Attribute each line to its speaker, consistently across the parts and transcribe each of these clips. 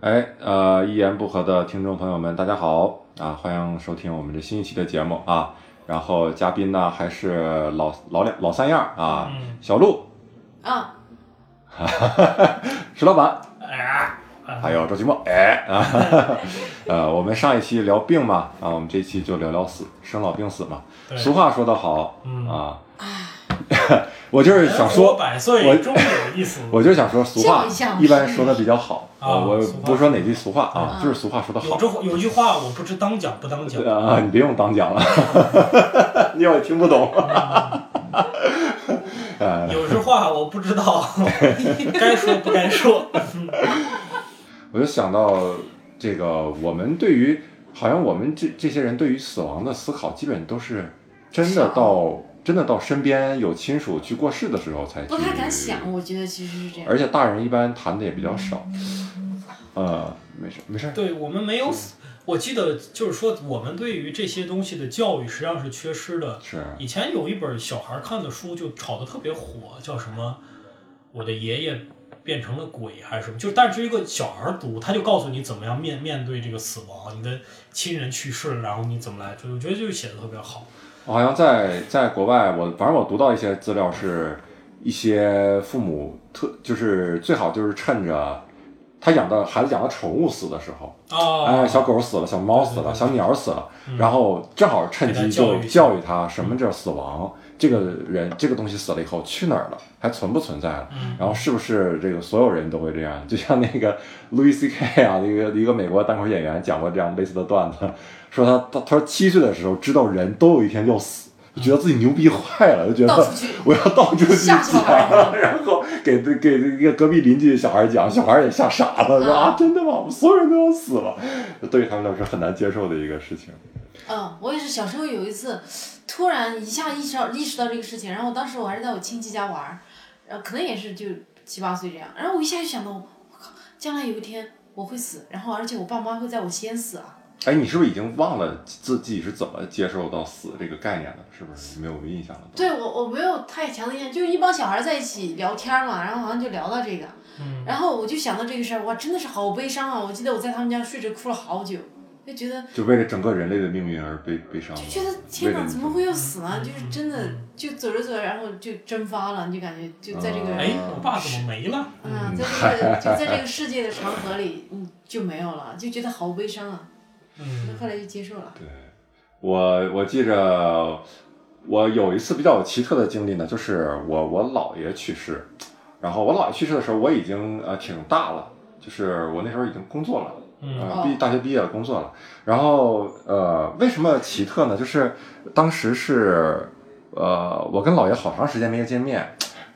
Speaker 1: 哎，呃，一言不合的听众朋友们，大家好啊！欢迎收听我们这新一期的节目啊。然后嘉宾呢还是老老两老三样儿啊，
Speaker 2: 嗯，
Speaker 1: 小鹿、
Speaker 3: 啊，
Speaker 1: 石老板，
Speaker 2: 啊，
Speaker 1: 还有周奇墨。哎 啊，呃，我们上一期聊病嘛，啊，我们这期就聊聊死，生老病死嘛。
Speaker 2: 对
Speaker 1: 俗话说得好
Speaker 2: 嗯，
Speaker 1: 啊， 我就是想说
Speaker 2: 人活，百岁终有一死，
Speaker 1: 我就是想说俗话
Speaker 3: 就像
Speaker 1: 一般说的比较好，
Speaker 2: 啊
Speaker 1: 我
Speaker 2: 俗话
Speaker 1: 不是说哪句俗话啊，
Speaker 3: 嗯
Speaker 1: 就是俗话说的好
Speaker 2: 有。这有句话我不知当讲不当 讲，
Speaker 1: 啊，你别用当讲了， 因为我听不懂。呃，
Speaker 2: 有时话我不知道 该说不该说。
Speaker 1: 我就想到这个，我们对于好像我们这这些人对于死亡的思考，基本都是真的
Speaker 3: 少
Speaker 1: 到真的到身边有亲属去过世的时候才
Speaker 3: 不太
Speaker 1: 去
Speaker 3: 敢想，我觉得其实是这样。
Speaker 1: 而且大人一般谈的也比较少。呃，没事没事 儿，
Speaker 2: 对我们没有死，我记得就是说我们对于这些东西的教育实际上是缺失的。
Speaker 1: 是
Speaker 2: 以前有一本小孩看的书就炒得特别火，叫什么“我的爷爷变成了鬼”还是什么，就是但是一个小孩读，他就告诉你怎么样面面对这个死亡，你的亲人去世了，然后你怎么来，就我觉得就写的特别好。
Speaker 1: 我好像在在国外，我反正我读到一些资料是，一些父母特就是最好就是趁着他养的孩子养的宠物死的时候，
Speaker 2: 哦，
Speaker 1: 哎，小狗死了，小猫死
Speaker 2: 对对
Speaker 1: 了，
Speaker 2: 对
Speaker 1: 小鸟死了，
Speaker 2: 嗯
Speaker 1: 然后正好趁机就
Speaker 2: 给它教育一下
Speaker 1: 教育他什么叫死亡，这个人这个东西死了以后去哪儿了，还存不存在了。
Speaker 2: 嗯
Speaker 1: 然后是不是这个所有人都会这样？就像那个 Louis C.K. 啊，一个一个美国单口演员讲过这样类似的段子，说他他他说七岁的时候知道人都有一天要死，就觉得自己牛逼坏了，就觉
Speaker 3: 到
Speaker 1: 得
Speaker 3: 处去
Speaker 1: 我要到处去
Speaker 3: 吓
Speaker 1: 讲
Speaker 3: 死小孩，
Speaker 1: 然后给给一个隔壁邻居小孩讲，小孩也吓傻了，说啊真的吗？我们所有人都要死了，对于他们来说很难接受的一个事情。
Speaker 3: 嗯，我也是小时候有一次，突然一下意识到意识到这个事情，然后当时我还是在我亲戚家玩儿，然后可能也是就七八岁这样，然后我一下就想到，我靠，将来有一天我会死，然后而且我爸妈会在我先死啊。
Speaker 1: 哎，你是不是已经忘了自自己是怎么接受到死这个概念的？是不是没有印象了？
Speaker 3: 对我我没有太强的印象，就是一帮小孩儿在一起聊天儿嘛，然后好像就聊到这个，
Speaker 2: 嗯
Speaker 3: 然后我就想到这个事儿，哇，真的是好悲伤啊！我记得我在他们家睡着哭了好久，就觉得
Speaker 1: 就为了整个人类的命运而悲悲伤吗
Speaker 3: 就？觉得天
Speaker 1: 为
Speaker 3: 哪，
Speaker 1: 了
Speaker 3: 怎么会要死呢？就是真的
Speaker 2: 嗯，
Speaker 3: 就走着走着，然后就蒸发了，你就感觉就在这个，
Speaker 2: 哎，我爸怎么没了？
Speaker 3: 嗯，在这个 就在这个世界的长河里，嗯，就没有了，就觉得好悲伤啊。那
Speaker 2: 嗯
Speaker 3: 后来就接受了，
Speaker 1: 我我记着，我有一次比较奇特的经历呢，就是我我姥爷去世，然后我姥爷去世的时候，我已经呃挺大了，就是我那时候已经工作了。
Speaker 2: 嗯
Speaker 1: 呃，
Speaker 3: 哦
Speaker 1: 毕大学毕业了，工作了。然后呃，为什么奇特呢？就是当时是呃，我跟姥爷好长时间没见面，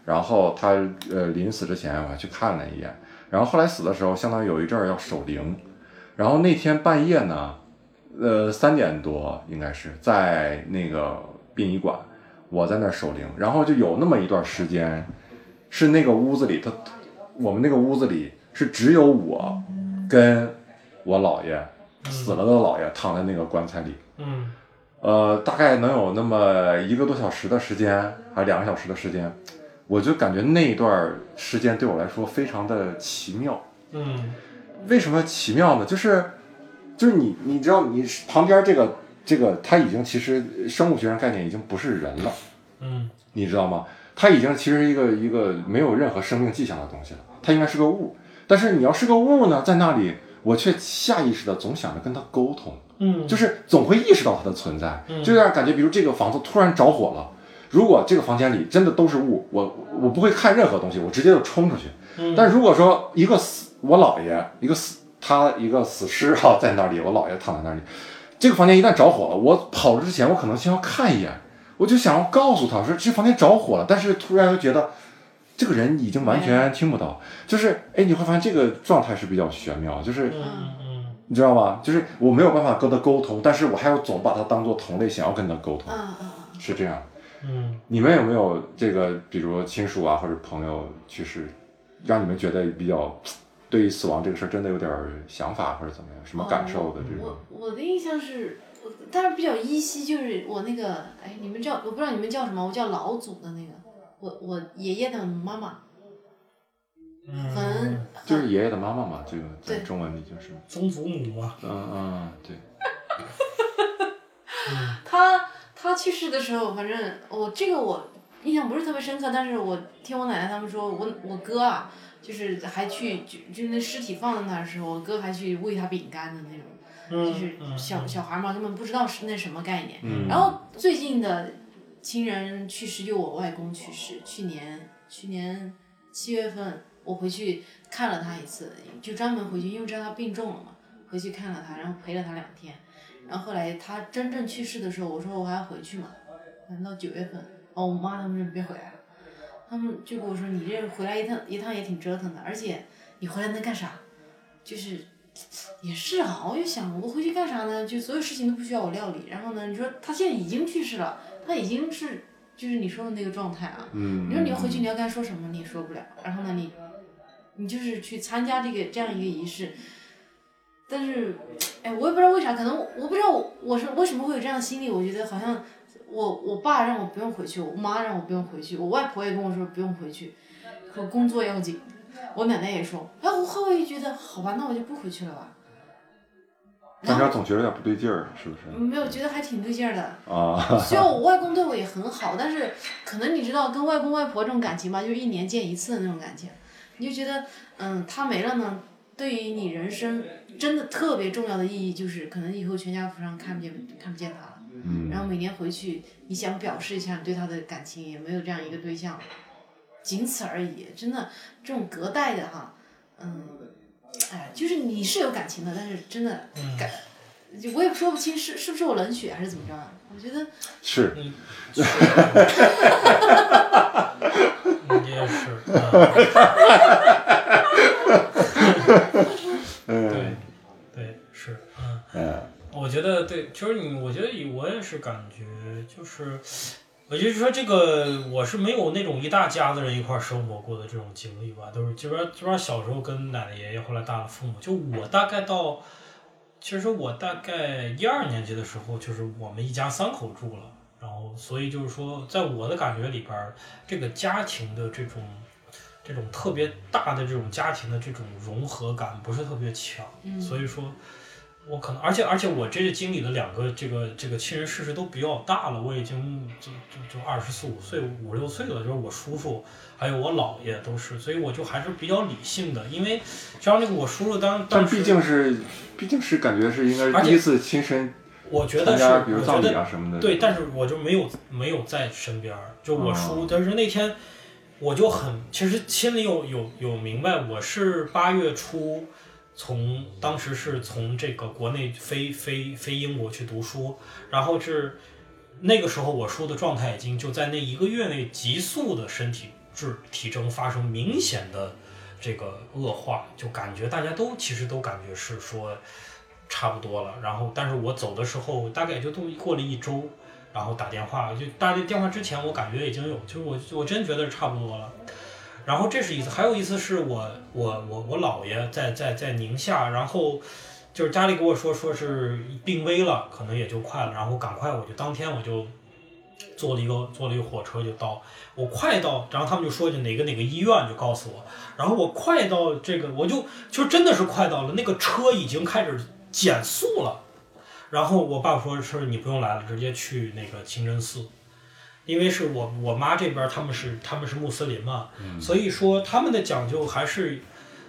Speaker 1: 然后他呃临死之前我还去看了一眼，然后后来死的时候，相当于有一阵儿要守灵，然后那天半夜呢，呃三点多应该是在那个殡仪馆，我在那儿守灵，然后就有那么一段时间，是那个屋子里，他我们那个屋子里是只有我跟我姥爷死了的姥爷躺在那个棺材里，
Speaker 2: 嗯
Speaker 1: 呃，大概能有那么一个多小时的时间，还是两个小时的时间，我就感觉那一段时间对我来说非常的奇妙。
Speaker 2: 嗯
Speaker 1: 为什么奇妙呢？就是就是你你知道你旁边这个这个他已经其实生物学上概念已经不是人了。
Speaker 2: 嗯
Speaker 1: 你知道吗？它已经其实一个一个没有任何生命迹象的东西了，它应该是个物。但是你要是个物呢，在那里，我却下意识的总想着跟它沟通，
Speaker 2: 嗯，
Speaker 1: 就是总会意识到它的存在，
Speaker 2: 嗯
Speaker 1: 就有点感觉，比如这个房子突然着火了。如果这个房间里真的都是雾，我我不会看任何东西，我直接就冲出去。
Speaker 2: 嗯
Speaker 1: 但如果说一个死，我姥爷一个死，他一个死尸哈、在那里，我姥爷躺在那里，这个房间一旦着火了，我跑之前我可能先要看一眼，我就想要告诉他说这房间着火了，但是突然又觉得这个人已经完全听不到，就是哎你会发现这个状态是比较玄妙，就是
Speaker 2: 嗯嗯
Speaker 1: 你知道吗？就是我没有办法跟他沟通，但是我还要总把他当做同类，想要跟他沟通，
Speaker 3: 嗯嗯嗯，
Speaker 1: 是这样。
Speaker 2: 嗯，
Speaker 1: 你们有没有这个，比如亲属啊或者朋友去世，让你们觉得比较对于死亡这个事儿真的有点儿想法或者怎么样，什么感受的这种
Speaker 3: 我？哦我的印象是，我但是比较依稀就是我那个，哎，你们叫我不知道你们叫什么，我叫老祖的那个，我我爷爷的妈妈，很
Speaker 2: 嗯，
Speaker 1: 就是爷爷的妈妈嘛，这个在
Speaker 3: 对
Speaker 1: 中文里就是，
Speaker 2: 曾祖母嘛，
Speaker 1: 嗯嗯，对，
Speaker 2: 嗯
Speaker 3: 他他去世的时候，反正我这个我印象不是特别深刻，但是我听我奶奶他们说，我我哥啊，就是还去就就那尸体放在那儿的时候，我哥还去喂他饼干的那种，就
Speaker 2: 嗯
Speaker 3: 是
Speaker 2: 嗯，
Speaker 3: 小小孩嘛，根本不知道是那什么概念。
Speaker 1: 嗯，
Speaker 3: 然后最近的亲人去世，就我外公去世，去年去年七月份我回去看了他一次，就专门回去，因为知道他病重了嘛，回去看了他，然后陪了他两天。然后后来他真正去世的时候，我说我还要回去嘛，等到九月份，哦，我妈他们说你别回来了，他们就跟我说你这回来一趟一趟也挺折腾的，而且你回来能干啥？就是也是啊，我就想我回去干啥呢？就所有事情都不需要我料理。然后呢，你说他现在已经去世了，他已经是就是你说的那个状态啊。
Speaker 1: 嗯，
Speaker 3: 你说你要回去，你要该说什么，你也说不了。然后呢，你你就是去参加这个这样一个仪式，但是，哎，我也不知道为啥，可能我不知道我我是为什么会有这样的心理。我觉得好像我我爸让我不用回去，我妈让我不用回去，我外婆也跟我说不用回去，可工作要紧。我奶奶也说，哎，我后来就觉得好吧，那我就不回去了吧。
Speaker 1: 但是总觉得有点不对劲儿，是不是？
Speaker 3: 没有，觉得还挺对劲儿的。
Speaker 1: 啊，
Speaker 3: 虽然我外公对我也很好，但是可能你知道，跟外公外婆这种感情吧，就是一年见一次的那种感情，你就觉得，嗯，他没了呢，对于你人生真的特别重要的意义就是，可能以后全家福上看不见看不见他了，
Speaker 1: 嗯，
Speaker 3: 然后每年回去，你想表示一下对他的感情，也没有这样一个对象，仅此而已。真的，这种隔代的哈，嗯，哎，就是你是有感情的，但是真的
Speaker 2: 嗯
Speaker 3: 感，就我也说不清是是不是我冷血还是怎么着啊，我觉得。
Speaker 1: 是，
Speaker 2: 嗯，嗯也是，嗯对呃
Speaker 1: 嗯，
Speaker 2: 对是，嗯。
Speaker 1: 嗯，
Speaker 2: 我觉得对，其实你，我觉得以我也是感觉，就是，我就是说这个，我是没有那种一大家子人一块儿生活过的这种经历吧，都是基本上基本上小时候跟奶奶爷爷，后来大了父母，就我大概到，其实我大概一二年级的时候，就是我们一家三口住了，然后所以就是说，在我的感觉里边儿，这个家庭的这种。这种特别大的这种家庭的这种融合感不是特别强，
Speaker 3: 嗯
Speaker 2: 所以说，我可能，而且而且我这是经历了两个这个这个亲人逝世都比较大了，我已经就就就二十四五岁五六岁了，就是我叔叔还有我姥爷都是，所以我就还是比较理性的，因为像那个我叔叔当
Speaker 1: 但
Speaker 2: 当时
Speaker 1: 毕竟是，毕竟是感觉是应该是
Speaker 2: 而且
Speaker 1: 第一次亲身
Speaker 2: 我觉
Speaker 1: 参
Speaker 2: 得是
Speaker 1: 加，比如
Speaker 2: 我
Speaker 1: 葬
Speaker 2: 觉
Speaker 1: 礼
Speaker 2: 得
Speaker 1: 啊什么的，
Speaker 2: 对，但是我就没有没有在身边儿，就我叔，但是那天我就很，其实心里有有有明白，我是八月初从当时是从这个国内飞飞飞英国去读书，然后是那个时候我叔的状态已经就在那一个月内急速的身体质体征发生明显的这个恶化，就感觉大家都其实都感觉是说差不多了。然后，但是我走的时候大概也就都过了一周，然后打电话，就打电话之前我感觉已经有，就是我我真觉得是差不多了。然后这是一次，还有一次是我我我我姥爷在在在宁夏，然后就是家里跟我说说是病危了，可能也就快了，然后赶快我就当天我就坐了一个坐了一个火车就到，我快到，然后他们就说就哪个哪个医院就告诉我，然后我快到这个我就就真的是快到了，那个车已经开始减速了，然后我爸说是你不用来了，直接去那个清真寺。因为是我我妈这边儿他们是他们是穆斯林嘛，所以说他们的讲究还是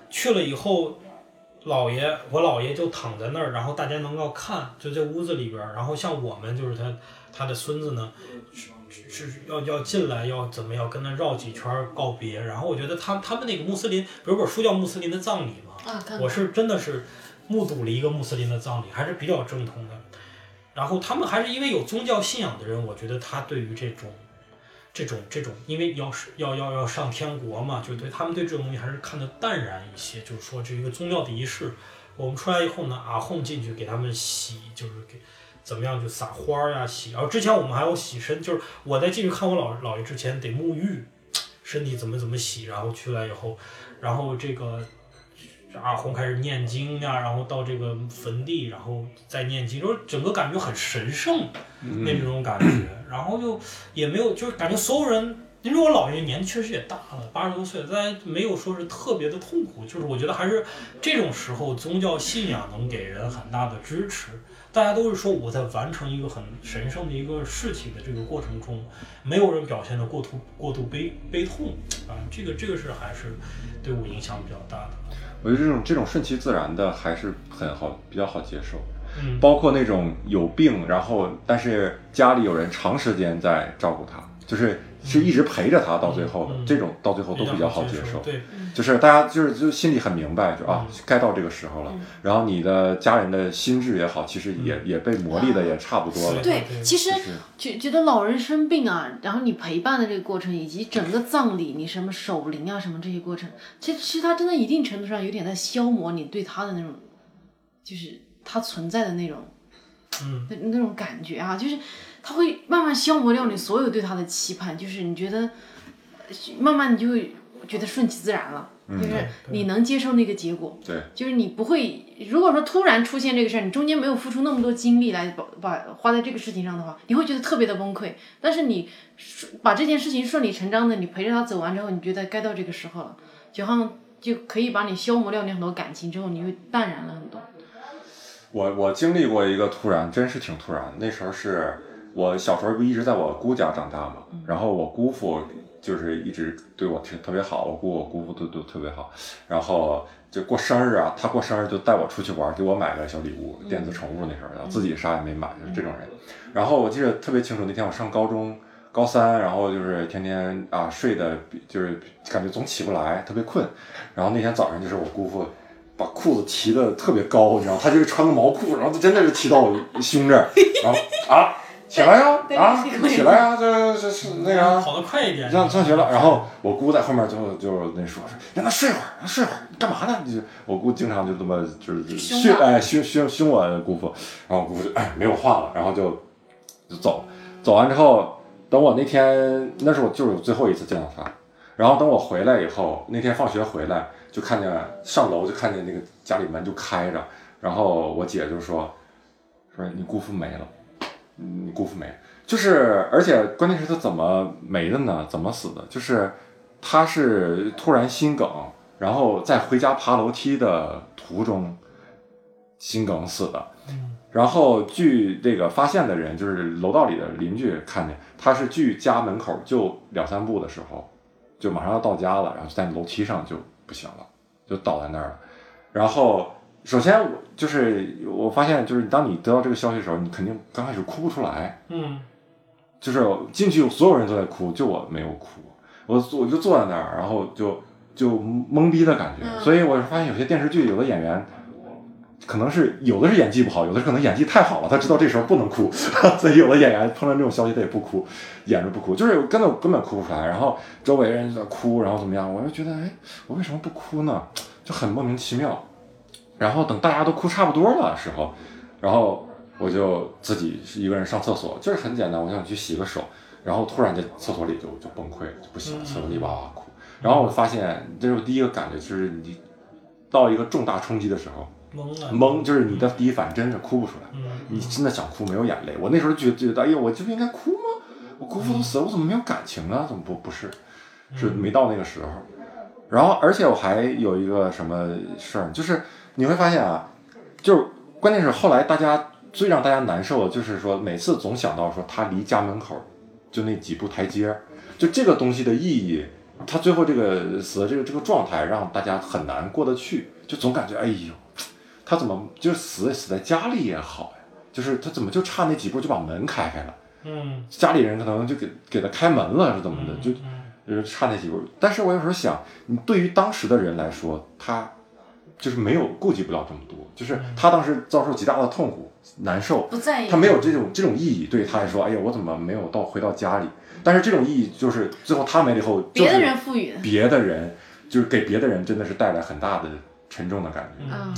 Speaker 2: 去了以后，姥爷我姥爷就躺在那儿，然后大家能够看，就在屋子里边儿，然后像我们就是他他的孙子呢，是是是要要进来要怎么要跟他绕几圈儿告别，然后我觉得他他们那个穆斯林，比如本书叫《穆斯林的葬礼》嘛，
Speaker 3: 啊，看
Speaker 2: 我是真的是目睹了一个穆斯林的葬礼，还是比较正统的。然后他们还是因为有宗教信仰的人，我觉得他对于这种、这种、这种，因为要是要要要上天国嘛，就对他们对这种东西还是看得淡然一些。就是说，这一个宗教的仪式，我们出来以后呢，阿訇进去给他们洗，就是给怎么样就撒花儿呀、洗。然后之前我们还有洗身，就是我在进去看我姥姥爷之前得沐浴，身体怎么怎么洗，然后去了以后，然后这个阿红开始念经呀、然后到这个坟地，然后再念经，就是整个感觉很神圣那种感觉。然后就也没有，就是感觉所有人因为我姥爷年纪确实也大了，八十多岁，但没有说是特别的痛苦。就是我觉得还是这种时候，宗教信仰能给人很大的支持。大家都是说我在完成一个很神圣的一个事情的这个过程中，没有人表现的过度过度悲悲痛啊，这个这个是还是对我影响比较大的。
Speaker 1: 我觉得这种这种顺其自然的还是很好，比较好接受。
Speaker 2: 嗯，
Speaker 1: 包括那种有病，然后但是家里有人长时间在照顾他，就是是一直陪着他到最后的，
Speaker 2: 嗯嗯
Speaker 1: 这种到最后都比较好接
Speaker 2: 接
Speaker 1: 受。
Speaker 2: 对，
Speaker 1: 就是大家就是就心里很明白，就啊
Speaker 2: 嗯，嗯
Speaker 1: 该到这个时候了
Speaker 3: 嗯。
Speaker 1: 然后你的家人的心智也好，其实也也被磨砺的也差不多了。
Speaker 2: 对
Speaker 3: 对，其实
Speaker 1: 就是
Speaker 3: 觉觉得老人生病啊，然后你陪伴的这个过程，以及整个葬礼，你什么守灵啊，什么这些过程，其实其实他真的一定程度上有点在消磨你对他的那种，就是他存在的那种
Speaker 2: 嗯，
Speaker 3: 那那种感觉啊，就是他会慢慢消磨掉你所有对他的期盼，就是你觉得呃慢慢你就会觉得顺其自然了，就是你能接受那个结果。
Speaker 1: 对，
Speaker 3: 就是你不会，如果说突然出现这个事儿，你中间没有付出那么多精力来把把花在这个事情上的话，你会觉得特别的崩溃。但是你顺把这件事情顺理成章的，你陪着他走完之后，你觉得该到这个时候了，就好像就可以把你消磨掉你很多感情之后，你会淡然了很多。
Speaker 1: 我我经历过一个突然，真是挺突然。那时候是我小时候不一直在我姑家长大嘛，
Speaker 2: 嗯
Speaker 1: 然后我姑父就是一直对我挺特别好，我姑我姑父都都特别好。然后就过生日啊，他过生日就带我出去玩，给我买个小礼物，电子宠物那时候，然后自己啥也没买，就是这种人。然后我记得特别清楚，那天我上高中。高三，然后就是天天啊睡的，就是感觉总起不来，特别困。然后那天早上就是我姑父把裤子提的特别高，你知道，他就是穿个毛裤，然后真的是提到我胸这儿，然后啊起来呀
Speaker 3: 对
Speaker 1: 啊
Speaker 3: 对
Speaker 1: 起来呀，这这是那个啊
Speaker 2: 嗯跑得快一点，
Speaker 1: 上上学了，然后我姑在后面就就那说说让他睡会儿，让他睡会儿，你干嘛呢？你就我姑经常就这么就是
Speaker 3: 凶
Speaker 1: 训
Speaker 3: 他
Speaker 1: 哎凶凶凶我姑父，然后我姑父就哎没有话了，然后就就走，走完之后，等我那天那是我就是我最后一次见到他，然后等我回来以后，那天放学回来就看见上楼就看见那个家里门就开着，然后我姐就说说你姑父没了，你姑父没了。就是，而且关键是他怎么没的呢？怎么死的？就是他是突然心梗，然后在回家爬楼梯的途中心梗死的。
Speaker 2: 嗯
Speaker 1: 然后据这个发现的人，就是楼道里的邻居看见，他是距家门口就两三步的时候，就马上要到家了，然后就在楼梯上就不行了，就倒在那儿了。然后首先我就是我发现，就是当你得到这个消息的时候，你肯定刚开始哭不出来。
Speaker 2: 嗯
Speaker 1: 就是进去所有人都在哭，就我没有哭，我我就坐在那儿，然后就就懵逼的感觉。
Speaker 3: 嗯
Speaker 1: 所以我发现有些电视剧有的演员。可能是有的是演技不好，有的是可能演技太好了，他知道这时候不能哭， 所以有的演员碰到这种消息他也不哭，演着不哭，就是根本根本哭不出来。然后周围人在哭，然后怎么样，我就觉得哎，我为什么不哭呢？就很莫名其妙。然后等大家都哭差不多了的时候，然后我就自己一个人上厕所，就是很简单，我想去洗个手，然后突然在厕所里就就崩溃了，就不行了，
Speaker 2: 嗯
Speaker 1: 厕所里哇哇哭。然后我发现，这是我第一个感觉，就是你到一个重大冲击的时候，
Speaker 2: 懵了，
Speaker 1: 懵，就是你的第一反应真是哭不出来，
Speaker 2: 嗯，
Speaker 1: 你真的想哭没有眼泪。我那时候就觉得，哎呦，我就应该哭吗？我姑父都死了，我怎么没有感情呢？怎么不不是？是没到那个时候。然后，而且我还有一个什么事儿，就是你会发现啊，就是关键是后来大家最让大家难受的就是说，每次总想到说他离家门口就那几步台阶儿，就这个东西的意义，他最后这个死的这个这个状态让大家很难过得去，就总感觉哎呦，他怎么就死死在家里也好呀？就是他怎么就差那几步就把门开开了？
Speaker 2: 嗯，
Speaker 1: 家里人可能就给给他开门了，是怎么的？
Speaker 2: 嗯
Speaker 1: 就
Speaker 2: 嗯
Speaker 1: 就是差那几步。但是我有时候想，你对于当时的人来说，他就是没有顾及不了这么多，就是他当时遭受极大的痛苦、难受，
Speaker 3: 不在意
Speaker 1: 他没有这种这种意义，对他来说，哎呀，我怎么没有到回到家里？但是这种意义就是最后他没了以后，就是
Speaker 3: 别的人赋予的，
Speaker 1: 别的人就是给别的人真的是带来很大的沉重的感觉。
Speaker 3: 嗯，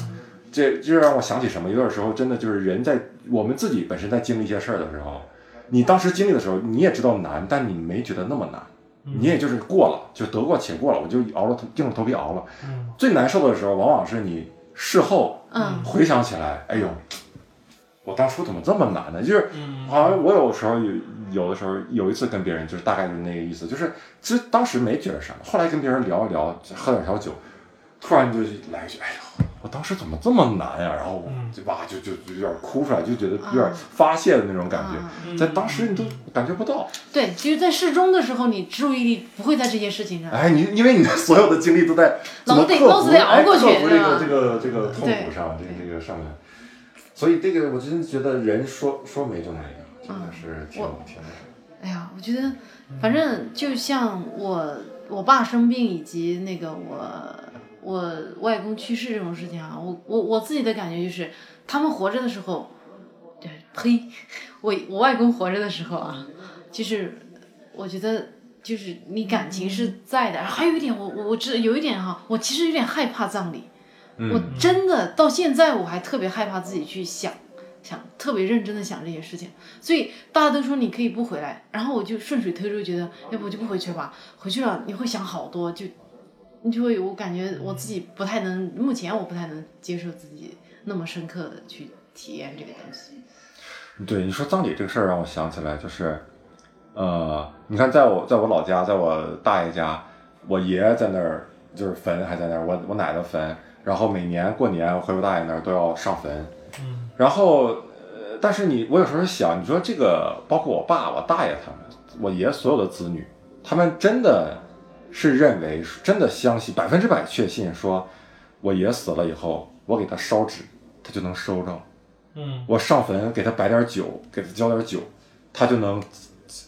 Speaker 1: 这这让我想起什么？有点时候真的就是人在我们自己本身在经历一些事儿的时候，你当时经历的时候，你也知道难，但你没觉得那么难，你也就是过了，就得过且过了，我就熬了头，硬着头皮熬了。
Speaker 2: 嗯
Speaker 1: 最难受的时候，往往是你事后
Speaker 3: 嗯
Speaker 1: 回想起来，哎呦，我当初怎么这么难呢？就是
Speaker 2: 嗯，
Speaker 1: 好像我有时候有有的时候有一次跟别人就是大概就是那个意思，就是其实当时没觉得啥，后来跟别人聊一聊，喝点小酒，突然就来一句，哎呦，我当时怎么这么难呀、然后我
Speaker 2: 嗯
Speaker 1: 就哇就就就有点哭出来，就觉得有点
Speaker 3: 啊
Speaker 1: 发泄的那种感觉，
Speaker 3: 啊
Speaker 2: 嗯
Speaker 1: 在当时你都感觉不到。
Speaker 3: 对，其实，在适中的时候，你注意力不会在这些事情上。
Speaker 1: 哎，你因为你的所有的精力都 在怎么
Speaker 3: 嗯老得
Speaker 1: 克
Speaker 3: 老
Speaker 1: 服
Speaker 3: 子得熬
Speaker 1: 哎
Speaker 3: 过去
Speaker 1: 克服这
Speaker 3: 对
Speaker 1: 个
Speaker 3: 吧
Speaker 1: 这个这个痛苦
Speaker 3: 对
Speaker 1: 上，这个这个上面。所以这个我真觉得人说说没就没，真的是挺
Speaker 3: 嗯我
Speaker 1: 挺那
Speaker 3: 哎呀，我觉得，反正就像我我爸生病以及那个我我外公去世这种事情啊，我我我自己的感觉就是，他们活着的时候，对，呸，我我外公活着的时候啊，就是我觉得就是你感情是在的，还有一点我我我知有一点哈、我其实有点害怕葬礼，我
Speaker 1: 嗯
Speaker 3: 真的到现在我还特别害怕自己去想，想特别认真的想这些事情。所以大家都说你可以不回来，然后我就顺水推舟，觉得要不我就不回去吧。回去了你会想好多，就你就会我感觉我自己不太能，目前我不太能接受自己那么深刻的去体验这个东西。
Speaker 1: 对你说葬礼这个事儿，让我想起来就是，呃，你看，在我在我老家，在我大爷家，我爷爷在那儿就是坟还在那儿，我我奶奶的坟，然后每年过年回我大爷那儿都要上坟，
Speaker 2: 嗯
Speaker 1: 然后，呃，但是你，我有时候想，你说这个，包括我爸、我大爷他们，我爷所有的子女，他们真的是认为，真的相信，百分之百确信说，我爷死了以后，我给他烧纸，他就能收着；
Speaker 2: 嗯
Speaker 1: 我上坟给他摆点酒，给他浇点酒，他就能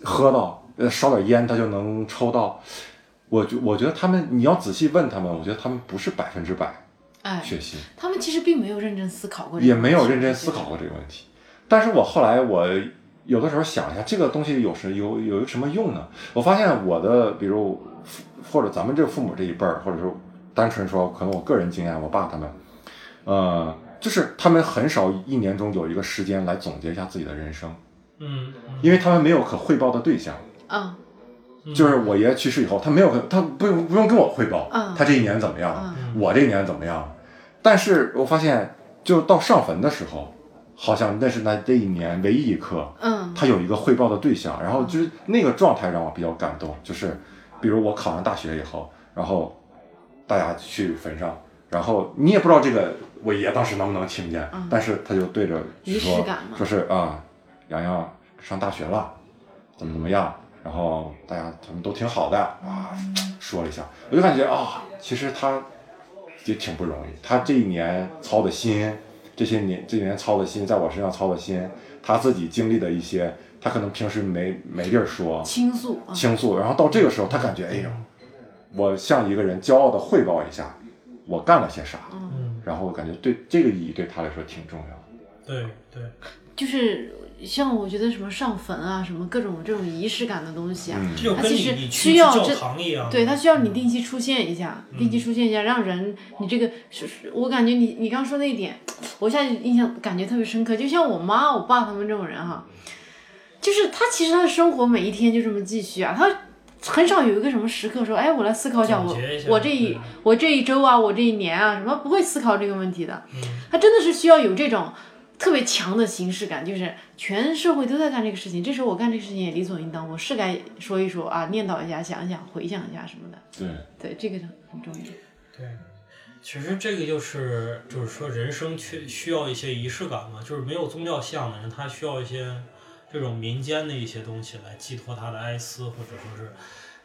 Speaker 1: 喝到；呃，烧点烟，他就能抽到。我觉我觉得他们，你要仔细问他们，我觉得他们不是百分之百
Speaker 3: 哎，
Speaker 1: 确信。
Speaker 3: 他们其实并没有认真思考过这个
Speaker 1: 也
Speaker 3: 问题，
Speaker 1: 没有认真思
Speaker 3: 我
Speaker 1: 考
Speaker 3: 觉
Speaker 1: 过这个问题。但是我后来我有的时候想一下，这个东西有时有有什么用呢？我发现我的，比如父或者咱们这个父母这一辈儿，或者说单纯说，可能我个人经验，我爸他们，呃，就是他们很少一年中有一个时间来总结一下自己的人生，
Speaker 2: 嗯，
Speaker 1: 因为他们没有可汇报的对象。
Speaker 3: 得。嗯
Speaker 2: 嗯
Speaker 1: 就是我爷爷去世以后，他没有跟他不用不用跟我汇报，
Speaker 3: 嗯
Speaker 1: 他这一年怎么样了，
Speaker 2: 嗯
Speaker 1: 我这一年怎么样了。但是我发现，就到上坟的时候，好像那是那这一年唯一一刻，
Speaker 3: 嗯
Speaker 1: 他有一个汇报的对象，然后就是那个状态让我比较感动，就是比如我考上大学以后，然后大家去坟上，然后你也不知道这个我爷当时能不能听见，
Speaker 3: 嗯
Speaker 1: 但是他就对着
Speaker 3: 仪式
Speaker 1: 说
Speaker 3: 感嘛
Speaker 1: 说是啊，洋洋上大学了，怎么怎么样，然后大家他们都挺好的啊，说了一下，我就感觉啊，其实他也挺不容易，他这一年操的心，这些年这一年操的心，在我身上操的心，他自己经历的一些，他可能平时没没地儿说
Speaker 3: 倾诉啊，
Speaker 1: 倾诉，然后到这个时候，他感觉哎呦，我向一个人骄傲的汇报一下，我干了些啥，
Speaker 2: 嗯
Speaker 1: 然后我感觉对这个意义对他来说挺重要的。
Speaker 2: 对对，
Speaker 3: 就是像我觉得什么上坟啊，什么各种这种仪式感的东西啊，
Speaker 1: 嗯，
Speaker 2: 就
Speaker 3: 它
Speaker 2: 跟
Speaker 3: 其
Speaker 2: 你
Speaker 3: 实
Speaker 2: 你去
Speaker 3: 需要
Speaker 2: 教
Speaker 3: 这
Speaker 2: 堂一样，
Speaker 3: 对，它需要你定期出现一下，定期出现一下，让人你这个是，是我感觉你你刚说那一点，我一下就印象感觉特别深刻。就像我妈、我爸他们这种人哈，就是他其实他的生活每一天就这么继续啊，他很少有一个什么时刻说，哎，我来思考一下
Speaker 2: 总
Speaker 3: 我
Speaker 2: 结一下
Speaker 3: 我这一
Speaker 2: 嗯
Speaker 3: 我这一周啊，我这一年啊，什么不会思考这个问题的。
Speaker 2: 嗯
Speaker 3: 他真的是需要有这种特别强的形式感，就是全社会都在干这个事情，这时候我干这个事情也理所应当，我是该说一说啊，念叨一下，想一想，回想一下什么的。
Speaker 1: 对，
Speaker 3: 对，这个很重要。
Speaker 2: 对，其实这个就是就是说人生缺需要一些仪式感嘛，就是没有宗教像的人，他需要一些这种民间的一些东西来寄托他的哀思，或者说是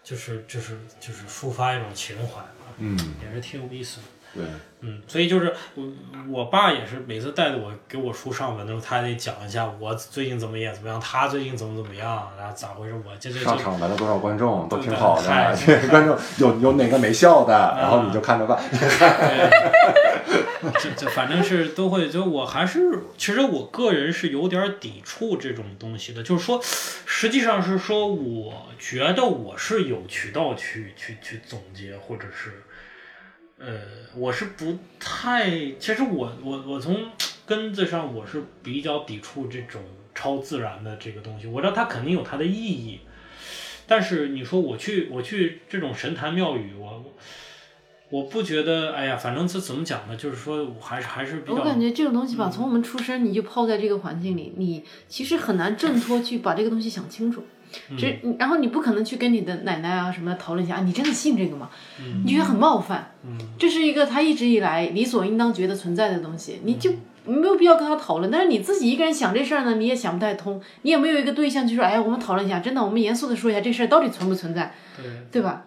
Speaker 2: 就是就是就是抒发一种情怀嘛，
Speaker 1: 嗯，
Speaker 2: 也是挺有意思的。
Speaker 1: 对，
Speaker 2: 嗯，所以就是我我爸也是每次带着我给我叔上坟的时候，他得讲一下我最近怎么也怎么样，他最近怎么怎么样，然后咋回事，我这这
Speaker 1: 上
Speaker 2: 这。
Speaker 1: 场来了多少观众都挺
Speaker 2: 对嗯
Speaker 1: 好
Speaker 2: 嗨
Speaker 1: 的，这个 观众有有哪个没笑的，然后你就看着办。
Speaker 2: 这这反正是都会，就我还是其实我个人是有点抵触这种东西的，就是说，实际上是说，我觉得我是有渠道去去去总结，或者是，呃，我是不太，其实我我我从根子上我是比较抵触这种超自然的这个东西，我知道它肯定有它的意义，但是你说我去我去这种神坛庙宇，我我我不觉得，哎呀，反正这怎么讲呢？就是说，我还是还是比
Speaker 3: 我
Speaker 2: 较
Speaker 3: 感觉这种东西吧，从我们出生你就泡在这个环境里，你其实很难挣脱去把这个东西想清楚。只然后你不可能去跟你的奶奶啊什么的讨论一下，啊你真的信这个吗？你觉得很冒犯。
Speaker 2: 嗯
Speaker 3: 这是一个他一直以来理所应当觉得存在的东西，你就没有必要跟他讨论。但是你自己一个人想这事儿呢，你也想不太通，你也没有一个对象去说，哎，我们讨论一下，真的，我们严肃的说一下这事儿到底存不存在，
Speaker 2: 对，
Speaker 3: 对吧？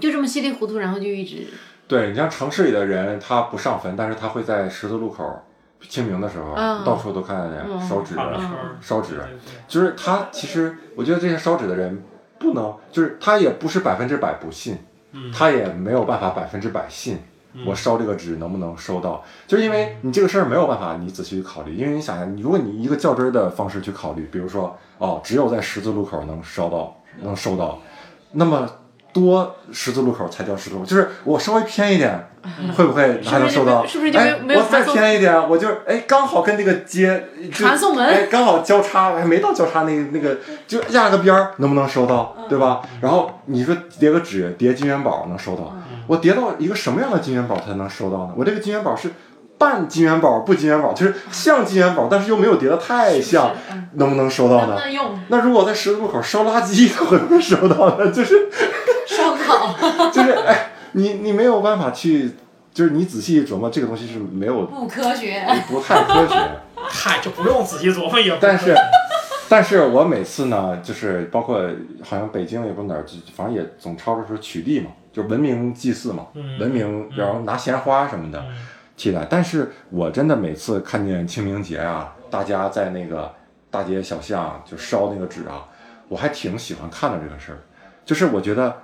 Speaker 3: 就这么稀里糊涂，然后就一直
Speaker 1: 对你像城市里的人，他不上坟，但是他会在十字路口，清明的时候，
Speaker 3: 嗯
Speaker 1: 到处都看得见烧纸的，
Speaker 2: 画个圈儿，
Speaker 1: 烧纸
Speaker 2: 对
Speaker 1: 的，
Speaker 2: 对对
Speaker 1: 就是他其实，我觉得这些烧纸的人不能，就是他也不是百分之百不信，
Speaker 2: 嗯
Speaker 1: 他也没有办法百分之百信
Speaker 2: 嗯。
Speaker 1: 我烧这个纸能不能收到？就是因为你这个事儿没有办法你仔细去考虑，因为你想想，如果你一个较真儿的方式去考虑，比如说哦，只有在十字路口能烧到，能收到，那么多十字路口才叫十字路口，就是我稍微偏一点，会不会还能收到？
Speaker 3: 嗯是不是就没有
Speaker 1: 哎
Speaker 3: 没有
Speaker 1: 我再
Speaker 3: 传送
Speaker 1: 偏一点，我就哎刚好跟这个街就
Speaker 3: 传送门
Speaker 1: 哎刚好交叉，还没到交叉那那个就压个边儿，能不能收到，对吧？然后你说叠个纸叠金元宝能收到，我叠到一个什么样的金元宝才能收到呢？我这个金元宝是。半金元宝不金元宝，就是像金元宝，但是又没有叠的太像，
Speaker 3: 嗯
Speaker 1: 能不能收到
Speaker 3: 能不
Speaker 1: 呢？
Speaker 3: 能用
Speaker 1: 那如果在十字路口烧垃圾，会不会收到呢？ 就是
Speaker 3: 烧烤？
Speaker 1: 就是哎，你你没有办法去，就是你仔细琢磨这个东西是没有
Speaker 3: 不科学。
Speaker 1: 不太科学，
Speaker 2: 嗨，这不用仔细琢磨也不
Speaker 1: 但是。但是我每次呢，就是包括好像北京也不是哪儿，就反正也总吵着说取缔嘛，就文明祭祀嘛，
Speaker 2: 嗯
Speaker 1: 文明，然后拿鲜花什么的
Speaker 2: 嗯
Speaker 1: 替代。但是我真的每次看见清明节啊，大家在那个大街小巷就烧那个纸啊，我还挺喜欢看的这个事儿。就是我觉得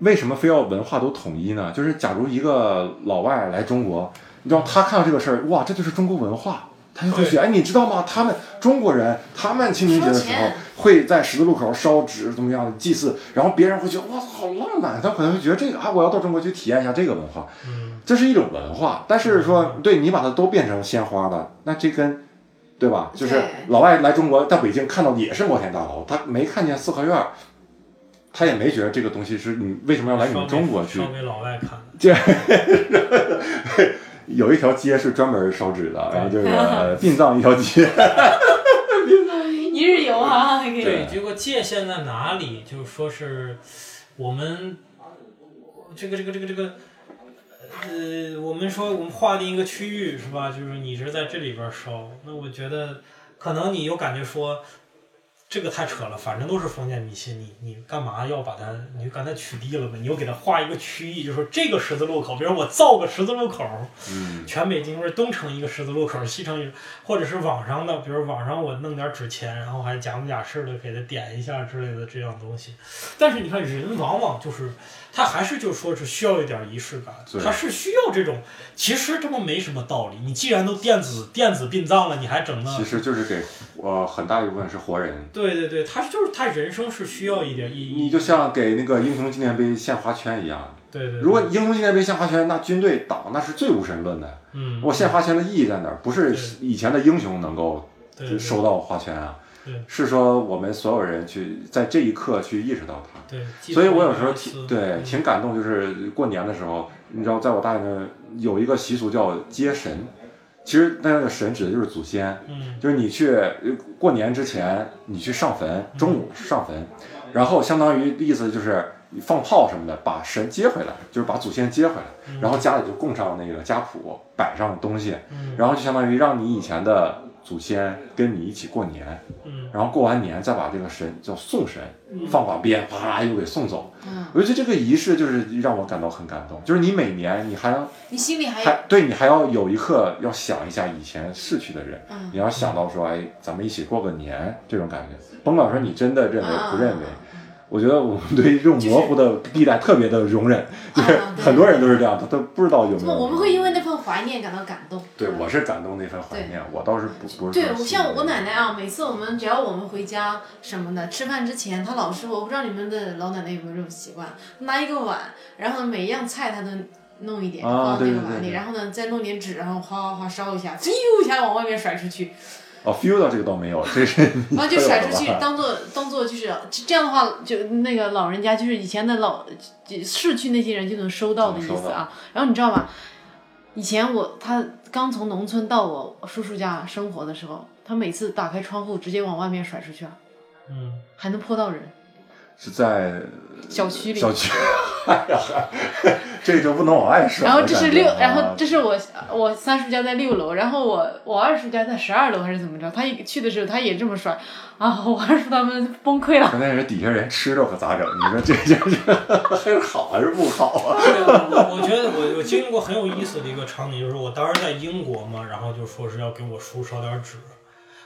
Speaker 1: 为什么非要文化都统一呢？就是假如一个老外来中国，你知道他看到这个事儿，哇，这就是中国文化。他就会觉得，哎，你知道吗？他们中国人，他们清明节的时
Speaker 3: 烧钱
Speaker 1: 候会在十字路口烧纸，怎么样祭祀，然后别人会觉得，哇，好浪漫。他可能会觉得这个啊，我要到中国去体验一下这个文化，
Speaker 2: 嗯
Speaker 1: 这是一种文化。但是说，对你把它都变成鲜花了，那这跟，对吧？就是
Speaker 3: 对
Speaker 1: 老外来中国，到北京看到的也是摩天大楼，他没看见四合院儿，他也没觉得这个东西是你为什么要来你
Speaker 2: 嗯
Speaker 1: 们中国去
Speaker 2: 烧给老外看的，
Speaker 1: 有一条街是专门烧纸的，然后就是呃殡葬一条街。
Speaker 3: 一日游啊，还可以。
Speaker 2: 对，这个界限在哪里？就是说是我们这个这个这个这个，呃，我们说我们划定一个区域是吧？就是你是在这里边烧，那我觉得可能你有感觉说。这个太扯了，反正都是封建迷信，你你干嘛要把它？你就刚才取缔了呗，你又给它划一个区域，就说这个十字路口，比如我造个十字路口，
Speaker 1: 嗯
Speaker 2: 全北京不是东城一个十字路口，西城一个，或者是网上的，比如网上我弄点纸钱，然后还假模假式的给它点一下之类的这样东西。但是你看，人往往就是他还是就说是需要一点仪式感
Speaker 1: 对，
Speaker 2: 他是需要这种。其实这么没什么道理，你既然都电子电子殡葬了，你还整那
Speaker 1: 其。实就是给呃很大一部分是活人，
Speaker 2: 对对对，他就是他人生是需要一点意义。
Speaker 1: 你就像给那个英雄纪念碑献花圈一样。
Speaker 2: 对对对，
Speaker 1: 如果英雄纪念碑献花圈，那军队党那是最无神论的。
Speaker 2: 嗯，
Speaker 1: 我献花圈的意义在哪儿？不是以前的英雄能够
Speaker 2: 对对
Speaker 1: 收到花圈啊
Speaker 2: 对，
Speaker 1: 是说我们所有人去在这一刻去意识到它。
Speaker 2: 对，记
Speaker 1: 所以我有
Speaker 2: 住
Speaker 1: 时候
Speaker 2: 一个嗯
Speaker 1: 挺
Speaker 2: 思
Speaker 1: 对挺感动，就是过年的时候，你知道，在我大爷那儿有一个习俗叫接神，其实那个神指的就是祖先，
Speaker 2: 嗯
Speaker 1: 就是你去呃过年之前你去上坟，中午
Speaker 2: 嗯
Speaker 1: 上坟，然后相当于意思就是你放炮什么的，把神接回来，就是把祖先接回来，然后家里就供上那个家谱，摆上东西，
Speaker 2: 嗯
Speaker 1: 然后就相当于让你以前的祖先跟你一起过年，
Speaker 2: 嗯
Speaker 1: 然后过完年再把这个神叫送神，放旁边，啪又给送走。
Speaker 3: 嗯
Speaker 1: 我觉得这个仪式就是让我感到很感动，就是你每年你还要
Speaker 3: 你心里还有
Speaker 1: 还对你还要有一刻要想一下以前逝去的人，
Speaker 3: 嗯
Speaker 1: 你要想到说，哎，咱们一起过个年这种感觉，甭管说你真的认为不认为，
Speaker 3: 嗯
Speaker 1: 我觉得我们对这种模糊的地带特别的容忍，就是
Speaker 3: 啊对
Speaker 1: 很多人都是这样，他都不知道有没
Speaker 3: 怎
Speaker 1: 有。
Speaker 3: 么我们会因为那份怀念感到感动？
Speaker 1: 对我是感动那份怀念，我倒是不不是
Speaker 3: 对
Speaker 1: 说，
Speaker 3: 我像我奶奶啊，每次我们只要我们回家什么的，吃饭之前，她老是我不知道你们的老奶奶有没有这种习惯，拿一个碗，然后每一样菜她都弄一点
Speaker 1: 啊
Speaker 3: 放到那
Speaker 1: 对
Speaker 3: 个
Speaker 1: 对
Speaker 3: 碗
Speaker 1: 对
Speaker 3: 里，
Speaker 1: 对
Speaker 3: 然后呢再弄点纸，然后哗哗哗烧一下，咻一下往外面甩出去，
Speaker 1: 哦，feel 到这个倒没有，这是
Speaker 3: 然啊后就甩出去
Speaker 1: 嗯你会有的吧，
Speaker 3: 当做当做就是这样的话，就那个老人家就是以前的老就逝去那些人就能收到的意
Speaker 1: 能收
Speaker 3: 思
Speaker 1: 到
Speaker 3: 啊。然后你知道吗？以前我他刚从农村到我叔叔家生活的时候，他每次打开窗户直接往外面甩出去了，
Speaker 2: 嗯，
Speaker 3: 还能泼到人。
Speaker 1: 是在
Speaker 3: 小区里
Speaker 1: 小区，哎呀，这就不能往外甩。
Speaker 3: 然后这是六，
Speaker 1: 我感觉
Speaker 3: 然后
Speaker 1: 啊
Speaker 3: 这是我我三叔家在六楼，然后我我二叔家在十二楼还是怎么着？他一去的时候他也这么甩，啊，我二叔他们崩 溃了。
Speaker 1: 关键是底下人吃着可咋整？你说这这这还是 好还是不好啊？
Speaker 2: 对我我觉得我我经历过很有意思的一个场景，就是我当时在英国嘛，然后就说是要给我叔烧点纸，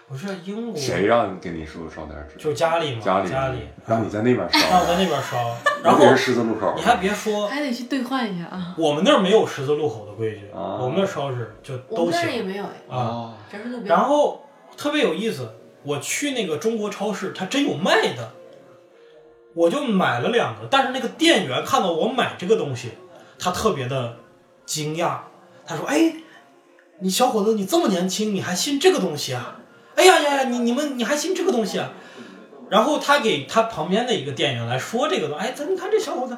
Speaker 2: 我是在英国，
Speaker 1: 谁让你给你叔叔烧点纸？
Speaker 2: 就家里嘛，
Speaker 1: 家
Speaker 2: 家
Speaker 1: 里，
Speaker 2: 里，啊
Speaker 1: 让你在那边
Speaker 2: 让我在
Speaker 1: 烧，
Speaker 2: 那边烧，然
Speaker 1: 尤
Speaker 2: 后
Speaker 1: 其是十字路口
Speaker 2: 你，还别说，
Speaker 3: 还得去兑换一下啊！
Speaker 2: 我们那儿没有十字路口的规矩，
Speaker 1: 啊
Speaker 2: 我们那儿烧纸就
Speaker 3: 我
Speaker 2: 都
Speaker 3: 们那儿也
Speaker 2: 行
Speaker 3: 没有哎，
Speaker 2: 啊。
Speaker 1: 哦，
Speaker 3: 全是路边。
Speaker 2: 然后特别有意思，我去那个中国超市，它真有卖的，我就买了两个。但是那个店员看到我买这个东西，他特别的惊讶，他说：“哎，你小伙子，你这么年轻，你还信这个东西啊？哎呀呀，你你们你还信这个东西啊？”然后他给他旁边的一个店员来说这个东，哎，咱你看这小伙子，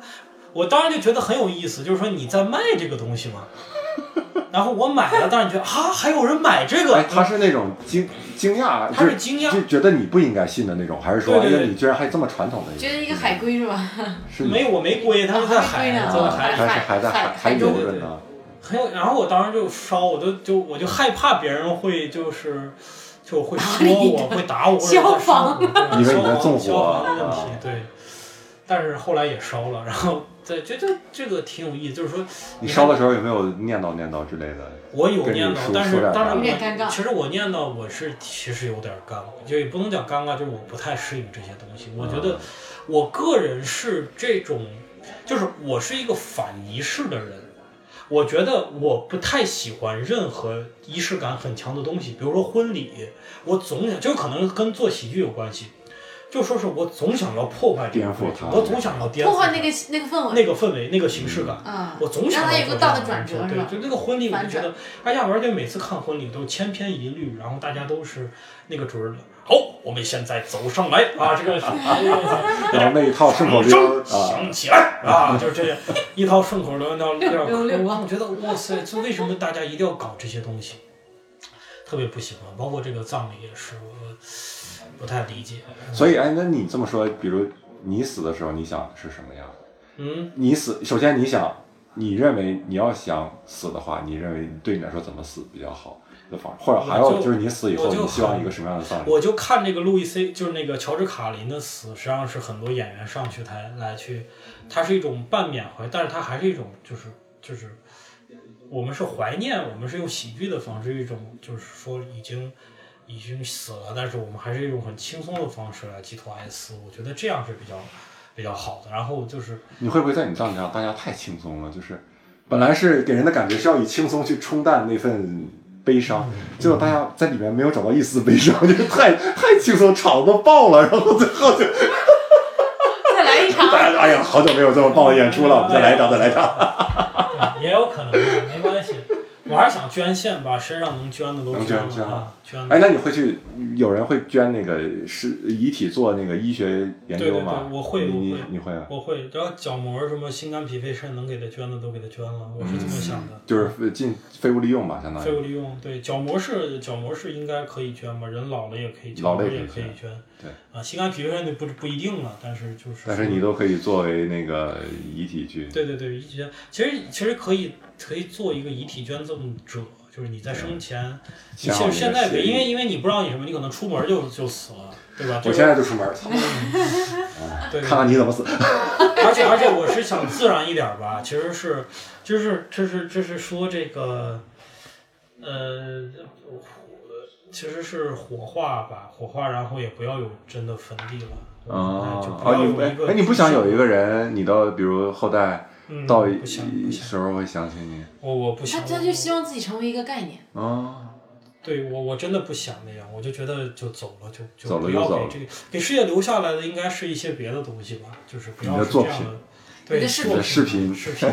Speaker 2: 我当时就觉得很有意思，就是说你在卖这个东西嘛。然后我买了，但是觉得啊，还有人买这个，
Speaker 1: 哎，他是那种惊惊讶，
Speaker 2: 他是
Speaker 1: 就
Speaker 2: 惊讶
Speaker 1: 就觉得你不应该信的那种，还是说，哎
Speaker 2: 对对
Speaker 1: 呀，
Speaker 2: 对
Speaker 1: 你居然还这么传统的？
Speaker 3: 觉得一个海龟是吧？
Speaker 1: 是
Speaker 2: 没有，我没归，他们在海，
Speaker 3: 啊
Speaker 2: 在
Speaker 1: 啊，
Speaker 2: 海
Speaker 1: 还，是还在
Speaker 3: 海
Speaker 1: 还还
Speaker 3: 海
Speaker 1: 游
Speaker 3: 中
Speaker 1: 着呢。
Speaker 2: 很有。然后我当时就烧，我就就我就害怕别人会就是就会说我，会打我，
Speaker 3: 啊消防
Speaker 2: 或者在烧我
Speaker 1: 以为你在纵火啊
Speaker 2: 消防的问题，对。但是后来也烧了，然后对，觉得这个挺有意思，就是说
Speaker 1: 你烧的时候有没有念叨念叨之类的？
Speaker 2: 我有
Speaker 1: 跟你
Speaker 2: 念叨
Speaker 1: 说，
Speaker 2: 但
Speaker 1: 说
Speaker 2: 是
Speaker 1: 点
Speaker 2: 但是
Speaker 1: 啥
Speaker 2: 我
Speaker 3: 有点尴尬
Speaker 2: 其实我念叨我是其实有点尴尬，就也不能讲尴尬，就是我不太适应这些东西。我觉
Speaker 1: 嗯
Speaker 2: 得我个人是这种，就是我是一个反仪式的人。我觉得我不太喜欢任何仪式感很强的东西，比如说婚礼，我总想，就可能跟做喜剧有关系，就说是我总想要破坏这个
Speaker 1: 颠覆
Speaker 2: 规矩
Speaker 1: 它
Speaker 2: 我总想要颠覆
Speaker 3: 破坏那
Speaker 2: 它
Speaker 3: 个那个氛围
Speaker 2: 那个氛围、那个形式感。
Speaker 3: 啊！
Speaker 2: 我总想
Speaker 3: 让
Speaker 2: 要
Speaker 3: 它有
Speaker 2: 做
Speaker 3: 个
Speaker 2: 这
Speaker 3: 大
Speaker 2: 样
Speaker 3: 的转折
Speaker 2: 东西
Speaker 3: 是吧？
Speaker 2: 对，就那个婚礼，我就
Speaker 3: 反
Speaker 2: 觉
Speaker 3: 转
Speaker 2: 得，哎呀，玩就每次看婚礼都千篇一律，然后大家都是那个主儿的。好，我们现在走上来啊，这个
Speaker 1: 然后那一套顺口溜
Speaker 2: 声
Speaker 1: 儿啊，
Speaker 2: 响起来啊，就是这样一套顺口 溜，那那
Speaker 3: 六六六
Speaker 2: 我觉得哇塞，这为什么大家一定要搞这些东西？特别不喜欢，包括这个葬礼也是，我不太理解。
Speaker 1: 所以哎，那你这么说，比如你死的时候，你想是什么样？
Speaker 2: 嗯，
Speaker 1: 你死，首先你想，你认为你要想死的话，你认为对你来说怎么死比较好的方式，或者还
Speaker 2: 我
Speaker 1: 有
Speaker 2: 就
Speaker 1: 就是你死以后，
Speaker 2: 我就
Speaker 1: 你希望一个什么样的葬礼？
Speaker 2: 我就看这个路易 C，就是那个乔治卡林的死，实际上是很多演员上去台来去，它是一种半缅怀，但是它还是一种就是就是，我们是怀念，我们是用喜剧的方式，一种就是说已经已经死了，但是我们还是一种很轻松的方式来寄托哀思，我觉得这样是比较比较好的。然后就是
Speaker 1: 你会不会在你葬礼上大家太轻松了？就是本来是给人的感觉是要以轻松去冲淡那份悲伤，结果大家在里面没有找到一丝悲伤，就是太太轻松，场子都爆了，然后最后就
Speaker 3: 再来一场，
Speaker 1: 大 家哎呀，好久没有这么爆的演出了，我们
Speaker 2: 嗯
Speaker 1: 再来一场，再来一场，
Speaker 2: 也有可能啊，没关系，我还是想捐献，把身上能捐的都
Speaker 1: 能
Speaker 2: 捐
Speaker 1: 捐捐
Speaker 2: 了啊，捐了
Speaker 1: 哎，那你会去？有人会捐那个是遗体做那个医学研究吗？
Speaker 2: 对对对我会
Speaker 1: 你你
Speaker 2: 我会
Speaker 1: 你会啊？
Speaker 2: 我会，只要角膜什么心肝脾肺肾能给他捐的都给他捐了，
Speaker 1: 嗯
Speaker 2: 我是这么想的。
Speaker 1: 就是尽废物利用吧，相当
Speaker 2: 废
Speaker 1: 于。
Speaker 2: 物利用，对角膜是角膜是应该可以捐吧？人老了也可以，角
Speaker 1: 老了
Speaker 2: 膜
Speaker 1: 也
Speaker 2: 也
Speaker 1: 可
Speaker 2: 可
Speaker 1: 以
Speaker 2: 以捐。
Speaker 1: 对
Speaker 2: 啊，心肝脾肺肾就不不一定了，但是就是
Speaker 1: 但是你都可以作为那个遗体去，
Speaker 2: 对对对，遗体捐其实其实可以可以做一个遗体捐赠者，就是你在生前，你
Speaker 1: 想好
Speaker 2: 现
Speaker 1: 你的
Speaker 2: 现在
Speaker 1: 协
Speaker 2: 别
Speaker 1: 议
Speaker 2: 因为因为你不知道你什么，你可能出门就就死了，对吧？
Speaker 1: 我
Speaker 2: 这
Speaker 1: 现
Speaker 2: 个
Speaker 1: 在就出门儿，操，
Speaker 2: 对
Speaker 1: 看看你怎么 死。
Speaker 2: 而且而且我是想自然一点儿吧，其实是，就是就是就是说这个，呃，火其实是火化吧，火化，然后也不要有真的坟地了，
Speaker 1: 哦
Speaker 2: 就，不
Speaker 1: 哦，
Speaker 2: 要有
Speaker 1: 你
Speaker 2: 一
Speaker 1: 哎
Speaker 2: 个，
Speaker 1: 哎，你不想有一个人，你到比如后代
Speaker 2: 嗯
Speaker 1: 到
Speaker 2: 不想不想
Speaker 1: 时候会想起你，
Speaker 2: 我我不
Speaker 3: 他
Speaker 2: 想，
Speaker 3: 他就希望自己成为一个概念，
Speaker 1: 哦，
Speaker 2: 对我我真的不想那样，我就觉得就走了就
Speaker 1: 走了
Speaker 2: 就不
Speaker 1: 就
Speaker 2: 要
Speaker 1: 走了
Speaker 2: 给这个给世界留下来的应该是一些别的东西吧，就是不
Speaker 1: 你
Speaker 2: 要
Speaker 1: 的
Speaker 2: 是这
Speaker 1: 作
Speaker 2: 样
Speaker 1: 品
Speaker 2: 的，对啊
Speaker 3: 你的视
Speaker 1: 频
Speaker 2: 啊视频，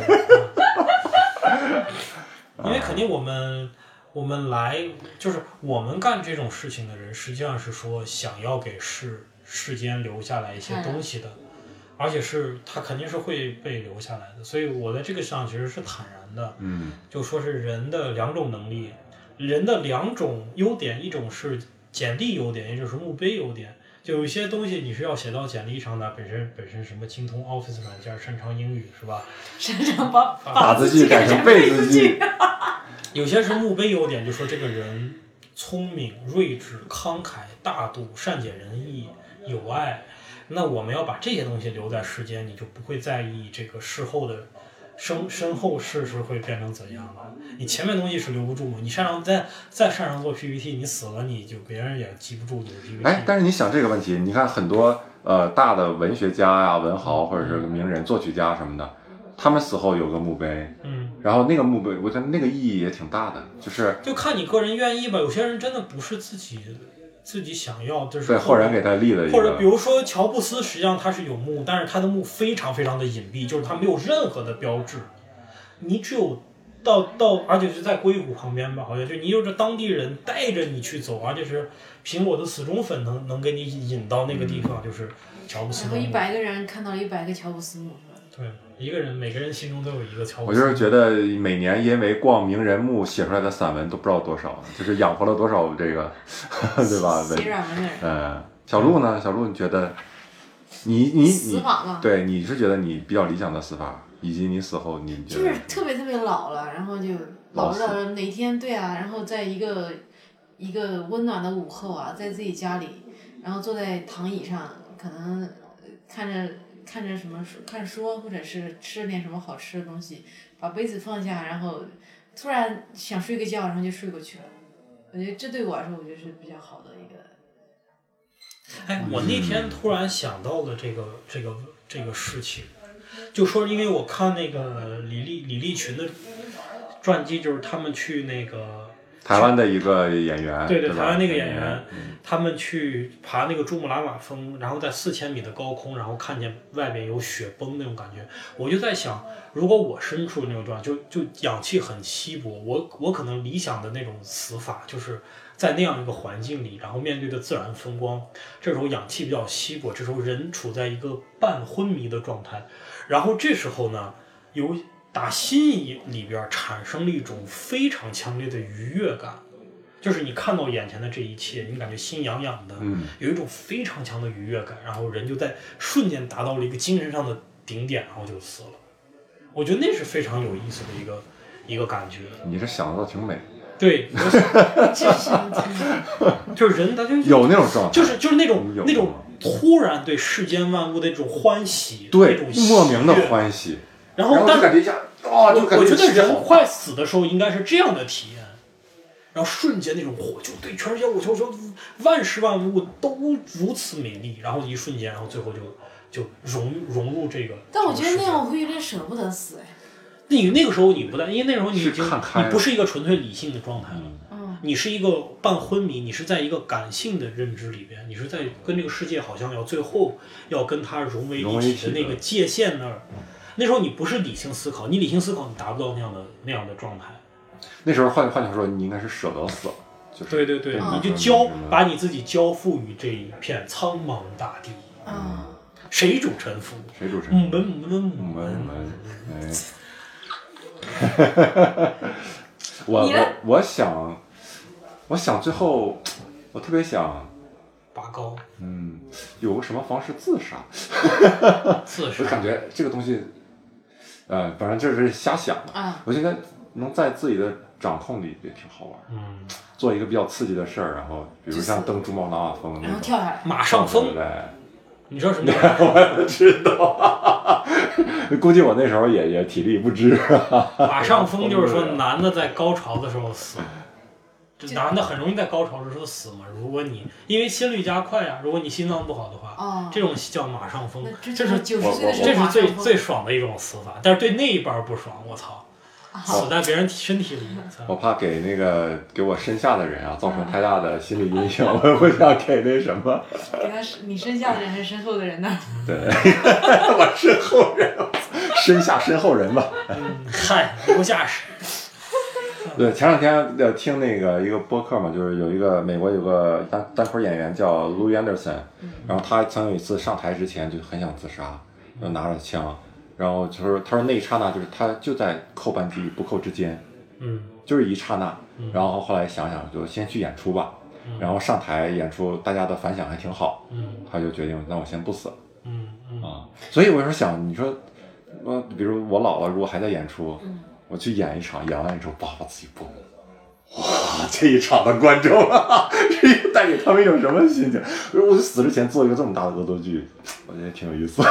Speaker 2: 因为肯定我们我们来就是我们干这种事情的人，实际上是说想要给世世间留下来一
Speaker 3: 哎
Speaker 2: 些东西的，而且是它肯定是会被留下来的。所以我在这个上其实是坦然的，
Speaker 1: 嗯
Speaker 2: 就说是人的两种能力，人的两种优点，一种是简历优点，也就是墓碑优点。就有一些东西你是要写到简历上的，本身本身什么精通 Office 软件，擅长英语是吧？
Speaker 3: 擅长把
Speaker 1: 把字句改成被
Speaker 3: 背
Speaker 1: 字句，
Speaker 2: 有些是墓碑优点，就说这个人聪明、睿智、慷慨、大度、善解人意、友爱。那我们要把这些东西留在世间，你就不会在意这个事后的身 身后事是会变成怎样了。你前面东西是留不住嘛？你擅长再再擅长做 PPT，你死了你就别人也记不住你的 PPT。
Speaker 1: 哎，但是你想这个问题，你看很多呃大的文学家呀、文豪
Speaker 2: 嗯
Speaker 1: 或者是名人、作曲家什么的，他们死后有个墓碑，
Speaker 2: 嗯，
Speaker 1: 然后那个墓碑，我觉得那个意义也挺大的，就是
Speaker 2: 就看你个人愿意吧。有些人真的不是自己自己想要，就是
Speaker 1: 对后
Speaker 2: 面
Speaker 1: 人给他立了一
Speaker 2: 或者比
Speaker 1: 个，
Speaker 2: 如说乔布斯，实际上他是有墓，但是他的墓非常非常的隐蔽，就是他没有任何的标志。你只有到到，而且是在硅谷旁边吧，好像就你有着当地人带着你去走，而且是苹果的死忠粉能能给你引到那个地
Speaker 1: 嗯
Speaker 2: 方，就是乔布斯
Speaker 3: 然
Speaker 2: 的
Speaker 3: 后一
Speaker 2: 墓。
Speaker 3: 百个人看到了一百个乔布斯墓，是吧？
Speaker 2: 对，一个人每个人心中都有一个乔布
Speaker 1: 我
Speaker 2: 斯。
Speaker 1: 就是觉得每年因为逛名人墓写出来的散文都不知道多少，就是养活了多少这个，啊对吧？文
Speaker 3: 写软文的人，
Speaker 1: 呃，小鹿呢？小鹿，你觉得你你
Speaker 3: 死
Speaker 1: 你
Speaker 3: 法嘛，
Speaker 1: 对你是觉得你比较理想的死法，以及你死后你觉
Speaker 3: 就
Speaker 1: 得
Speaker 3: 是特别特别老了，然后就
Speaker 1: 老
Speaker 3: 老
Speaker 1: 死
Speaker 3: 了哪天对啊，然后在一个一个温暖的午后啊，在自己家里，然后坐在躺椅上，可能呃看着看着什么书看书，或者是吃了点什么好吃的东西，把杯子放下，然后突然想睡个觉，然后就睡过去了。我觉得这对我来说，我觉得是比较好的一个。
Speaker 2: 哎，我那天突然想到了这个这个这个事情，就说因为我看那个李立李立群的传记，就是他们去那个
Speaker 1: 台湾的一个演员，
Speaker 2: 对
Speaker 1: 对
Speaker 2: 对，
Speaker 1: 吧，嗯
Speaker 2: 台湾那个演
Speaker 1: 员
Speaker 2: 员，，他们去爬那个珠穆朗玛峰，然后在四千米的高空，然后看见外边有雪崩那种感觉，我就在想，如果我身处那种状态，就就氧气很稀薄，我我可能理想的那种死法就是。在那样一个环境里，然后面对的自然风光，这时候氧气比较稀薄，这时候人处在一个半昏迷的状态，然后这时候呢，由打心里里边产生了一种非常强烈的愉悦感，就是你看到眼前的这一切，你感觉心痒痒的，
Speaker 1: 嗯
Speaker 2: 有一种非常强的愉悦感，然后人就在瞬间达到了一个精神上的顶点，然后就死了。我觉得那是非常有意思的一个一个感觉。
Speaker 1: 你这想的倒挺美，
Speaker 2: 对，
Speaker 3: 这是什么东西
Speaker 2: 就是人他就
Speaker 1: 有那种状态，
Speaker 2: 就是就是那种
Speaker 1: 有
Speaker 2: 那种突然对世间万物的一种欢喜，
Speaker 1: 对
Speaker 2: 那种
Speaker 1: 莫名的
Speaker 2: 喜悦。
Speaker 1: 欢喜，然
Speaker 2: 然
Speaker 1: 后
Speaker 2: 后但
Speaker 1: 就是感觉一下，哦，就
Speaker 2: 我
Speaker 1: 感
Speaker 2: 我觉得
Speaker 1: 世界
Speaker 2: 人
Speaker 1: 好
Speaker 2: 快死的时候应该是这样的体验，然后瞬间那种火就对全世界，我就说万事万物都如此美丽，然后一瞬间，然后最后就就融融入这个。
Speaker 3: 但我觉
Speaker 2: 这
Speaker 3: 得那
Speaker 2: 个世界
Speaker 3: 样，我会有点舍不得死哎。
Speaker 2: 你那个时候你不在，因为那时候你已
Speaker 1: 是
Speaker 2: 经
Speaker 1: 看开了
Speaker 2: 你不是一个纯粹理性的状态了。
Speaker 3: 嗯，
Speaker 2: 你是一个半昏迷，你是在一个感性的认知里边，你是在跟这个世界好像要最后要跟它融为
Speaker 1: 融
Speaker 2: 一
Speaker 1: 为一
Speaker 2: 体的
Speaker 1: 体
Speaker 2: 那
Speaker 1: 的
Speaker 2: 个界限那儿。那时候你不是理性思考，你理性思考你达不到那样的那样的状态。
Speaker 1: 那时候换换句话说，你应该是舍得死了，就是
Speaker 2: 对对对，
Speaker 1: 对
Speaker 2: 你
Speaker 1: 嗯
Speaker 2: 就交把你自己交付于这一片苍茫大地，
Speaker 3: 嗯。
Speaker 2: 谁主沉浮？
Speaker 1: 谁主持？
Speaker 2: 母门母门
Speaker 1: 我
Speaker 2: 母
Speaker 1: 们
Speaker 2: 门
Speaker 1: 我。们哎，我
Speaker 3: 你呢
Speaker 1: 哎我我想，我想最后，我特别想，
Speaker 2: 拔高
Speaker 1: 嗯，有个什么方式自杀？
Speaker 2: 自
Speaker 1: 我感
Speaker 2: 杀，
Speaker 1: 觉这个东西，呃，反正这是瞎想的。
Speaker 3: 啊，
Speaker 1: 我觉得能在自己的掌控里也挺好玩儿，
Speaker 2: 嗯，
Speaker 1: 做一个比较刺激的事儿，然后比如像
Speaker 3: 就是
Speaker 1: 登珠穆朗玛峰那
Speaker 3: 然后
Speaker 1: 种，
Speaker 3: 跳下来，
Speaker 2: 马上
Speaker 1: 对
Speaker 2: 风
Speaker 1: 不，对？
Speaker 2: 你知道什么叫？
Speaker 1: 知道， 估计我那时候也也体力不支。
Speaker 2: 马上风就是说男的在高潮的时候死，
Speaker 1: 哎
Speaker 2: 这男的很容易在高潮的时候死嘛。如果你因为心率加快啊，如果你心脏不好的话，
Speaker 3: 哦，
Speaker 2: 这种叫马上风
Speaker 3: 那，真
Speaker 2: 这
Speaker 3: 是
Speaker 2: 是
Speaker 3: 九
Speaker 1: 我
Speaker 3: 十岁的时候
Speaker 2: 这是
Speaker 3: 马
Speaker 2: 最
Speaker 3: 上疯
Speaker 2: 最爽的一种死法，但是对那一半不爽，我操，
Speaker 3: 啊
Speaker 2: 死在别人身体里，我操
Speaker 1: 我怕给那个给我身下的人啊造成太大的心理 阴影，我不想给那什么，
Speaker 3: 给他你身下的人还是身后的人呢？
Speaker 1: 对，我身
Speaker 2: 嗯
Speaker 1: 后人，身下身后人吧。
Speaker 2: 嗯，嗨，留下是。
Speaker 1: 对，前两天呃听那个一个播客嘛，就是有一个美国有个单单口演员叫 Lou Anderson，然后他曾有一次上台之前就很想自杀，就拿着枪，然后就是他说那一刹那就是他就在扣扳机与不扣之间，
Speaker 2: 嗯
Speaker 1: 就是一刹那，然后后来想想就先去演出吧，然后上台演出大家的反响还挺好，
Speaker 2: 嗯
Speaker 1: 他就决定那我先不死
Speaker 2: 嗯嗯，
Speaker 1: 啊，所以我有时候想你说，呃，比如我老了如果还在演出，
Speaker 3: 嗯，
Speaker 1: 我去演一场，演完一首，叭把自己崩了。哇，这一场的观众啊， 这带给他们一种什么心情？我死之前做一个这么大的恶作剧，我觉得挺有意思。
Speaker 3: 哇，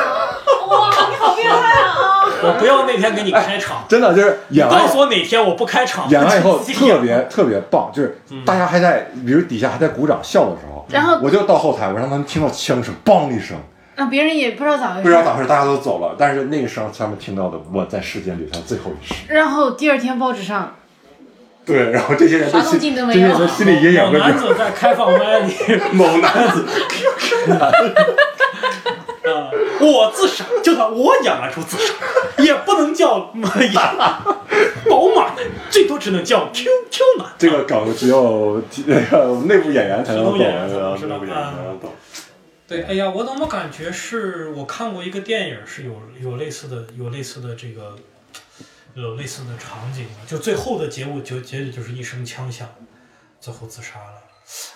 Speaker 3: 你好变态啊！
Speaker 2: 我不要那天给你开场，
Speaker 1: 真的就是
Speaker 2: 你
Speaker 1: 演
Speaker 2: 告
Speaker 1: 完
Speaker 2: 诉我哪天我不开场，
Speaker 1: 哎演完以 后
Speaker 2: 自己
Speaker 1: 特别特别棒，就是
Speaker 2: 嗯
Speaker 1: 大家还在，比如底下还在鼓掌笑的时候，
Speaker 3: 然后
Speaker 1: 我就到后台，我让他们听到枪声，梆一声，
Speaker 3: 那别人也不知道咋回
Speaker 1: 不知道
Speaker 3: 事，
Speaker 1: 咋回事，大家都走了，但是那一声他们听到的，我在世界里头最后一声。
Speaker 3: 然后第二天报纸上
Speaker 1: 对，然后这些人
Speaker 3: 啥
Speaker 1: 都
Speaker 3: 动
Speaker 1: 心，
Speaker 3: 静都
Speaker 1: 这
Speaker 3: 没
Speaker 1: 些
Speaker 3: 有啊
Speaker 1: 人的心理阴影
Speaker 2: 猛
Speaker 1: 会
Speaker 2: 男子在开放麦里，
Speaker 1: 猛男子，
Speaker 2: 呃我自杀，就算我演完出自杀，也不能叫演宝马，最多只能叫 QQ 男。
Speaker 1: 这个梗只有那个内部演员才能懂，
Speaker 2: 只能演员才啊能
Speaker 1: 是吧内部演员才能懂。
Speaker 2: 对，哎呀，我怎么感觉是我看过一个电影，是有有类似的，有类似的这个，有类似的场景的，就最后的结果就结局就是一声枪响，最后自杀了。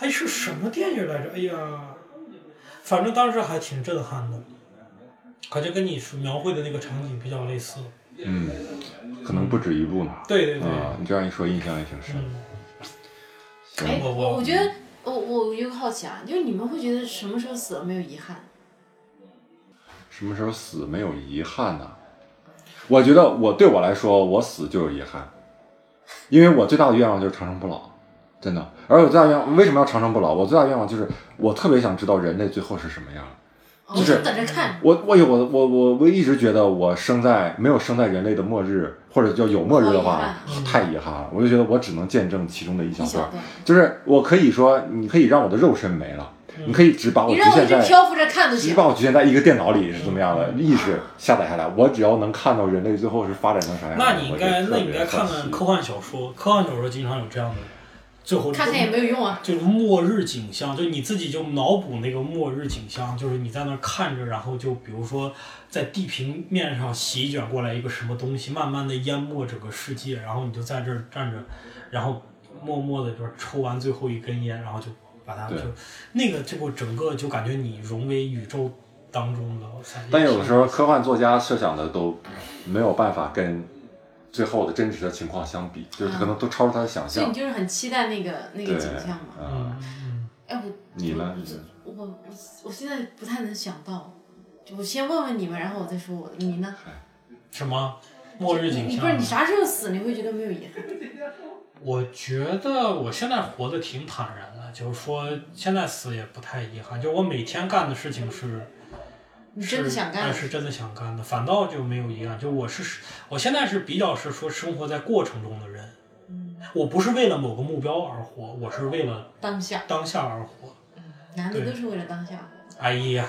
Speaker 2: 哎，是什么电影来着？哎呀，反正当时还挺震撼的，感觉跟你说描绘的那个场景比较类似。
Speaker 1: 嗯，可能不止一部呢。
Speaker 2: 对对对，
Speaker 1: 啊，你这样一说，印象也挺深。
Speaker 2: 嗯，
Speaker 3: 哎，
Speaker 2: 我我
Speaker 3: 觉得我我有个好奇啊，就是你们会觉得什么时候死了没有遗憾？
Speaker 1: 什么时候死没有遗憾呢、我觉得我对我来说，我死就有遗憾，因为我最大的愿望就是长生不老，真的。而我最大愿望为什么要长生不老？我最大愿望就是我特别想知道人类最后是什么样。
Speaker 3: 哦
Speaker 1: 就是
Speaker 3: 我等着看。
Speaker 1: 我我有我我我我一直觉得我生在没有生在人类的末日，或者叫有末日的
Speaker 3: 哦
Speaker 1: 话，太遗憾了。我就觉得我只能见证其中的一小
Speaker 3: 嗯
Speaker 1: 段
Speaker 3: 一小
Speaker 1: 儿，
Speaker 3: 段，
Speaker 1: 就是我可以说，你可以让我的肉身没了，你可以只把我
Speaker 3: 嗯你
Speaker 1: 局
Speaker 3: 让我一
Speaker 1: 限
Speaker 3: 直
Speaker 1: 在，
Speaker 3: 漂浮着看都
Speaker 1: 只
Speaker 3: 行。
Speaker 1: 把我局限在一个电脑里是怎么样
Speaker 2: 嗯
Speaker 1: 的意识下载下来，我只要能看到人类最后是发展成啥样，
Speaker 2: 那你应该
Speaker 1: 我就特
Speaker 2: 那
Speaker 1: 别
Speaker 2: 你应该看看
Speaker 1: 可
Speaker 2: 科幻小说，科幻小说经常有这样的，最后
Speaker 3: 看看也没有用啊！
Speaker 2: 就是末日景象，就你自己就脑补那个末日景象，就是你在那儿看着，然后就比如说在地平面上席卷过来一个什么东西，慢慢的淹没整个世界，然后你就在这儿站着，然后默默的就是抽完最后一根烟，然后就把它就
Speaker 1: 对
Speaker 2: 那个这个整个就感觉你融为宇宙当中了。我操
Speaker 1: 但有的时候科幻作家设想的都没有办法跟最后的真实的情况相比，就是可能都超出他的想
Speaker 3: 所以
Speaker 1: 象
Speaker 3: 你。就是很期待那个那
Speaker 1: 对
Speaker 3: 个景象嘛。，
Speaker 1: 嗯
Speaker 2: 嗯，嗯
Speaker 3: 哎，我
Speaker 1: 你呢？
Speaker 3: 我我我现在不太能想到，就我先问问你们，然后我再说我你呢？
Speaker 2: 什么末日景
Speaker 3: 你
Speaker 2: 象？啊
Speaker 3: 不是你啥时候死你会觉得没有遗憾？
Speaker 2: 我觉得我现在活得挺坦然的，就是说现在死也不太遗憾，就是我每天干的事情是，
Speaker 3: 你真的想干
Speaker 2: 是哎是真的想干的，反倒就没有遗憾。就我是我现在是比较是说生活在过程中的人，
Speaker 3: 嗯
Speaker 2: 我不是为了某个目标而活，我是为了
Speaker 3: 当下，
Speaker 2: 当下而活。
Speaker 3: 男的
Speaker 2: 对
Speaker 3: 都是为了当下。
Speaker 2: 哎呀，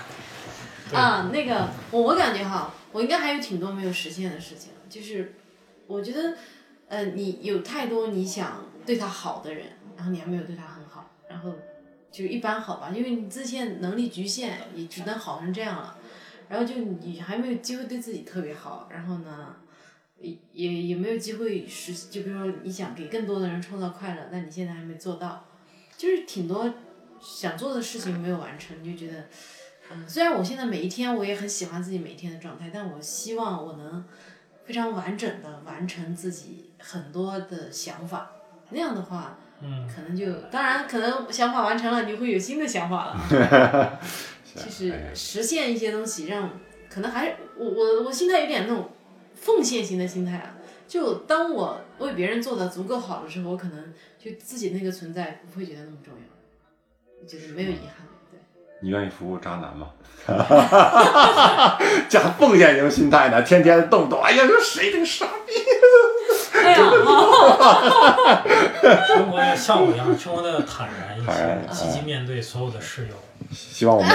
Speaker 2: 对
Speaker 3: 啊，那个我我感觉哈，我应该还有挺多没有实现的事情，就是我觉得，呃，你有太多你想对他好的人，然后你还没有对他很好，然后就一般好吧，因为你自限能力局限，也只能好成这样了，然后就你还没有机会对自己特别好，然后呢。也也也没有机会实，就比如说你想给更多的人创造快乐，但你现在还没做到，就是挺多想做的事情没有完成，你就觉得嗯，虽然我现在每一天我也很喜欢自己每一天的状态，但我希望我能非常完整的完成自己很多的想法。那样的话，
Speaker 2: 嗯，
Speaker 3: 可能就当然可能想法完成了，你会有新的想法了。就是实现一些东西让，可能还是我我我心态有点那种奉献型的心态啊。就当我为别人做的足够好的时候，我可能就自己那个存在不会觉得那么重要，就是没有遗憾。对。
Speaker 1: 你愿意服务渣男吗？ 加奉献型心态呢，天天动不动，哎呀，这谁这个傻逼？
Speaker 3: 哎呀，
Speaker 2: 生活要像我一样，生活的坦然嗯一
Speaker 1: 坦
Speaker 2: 些
Speaker 1: 然，
Speaker 2: 积极面对所有的室友。
Speaker 1: 希望我 们，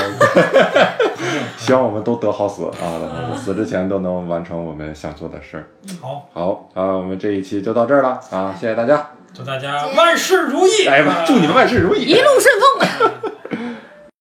Speaker 1: 希望我们都得好死啊！死之前都能完成我们想做的事儿。
Speaker 3: 嗯
Speaker 2: 好，
Speaker 1: 好啊，我们这一期就到这儿了啊，谢谢大家，
Speaker 4: 祝大家万事如意！
Speaker 2: 哎呀，祝你们万事如意！
Speaker 1: 一路顺风。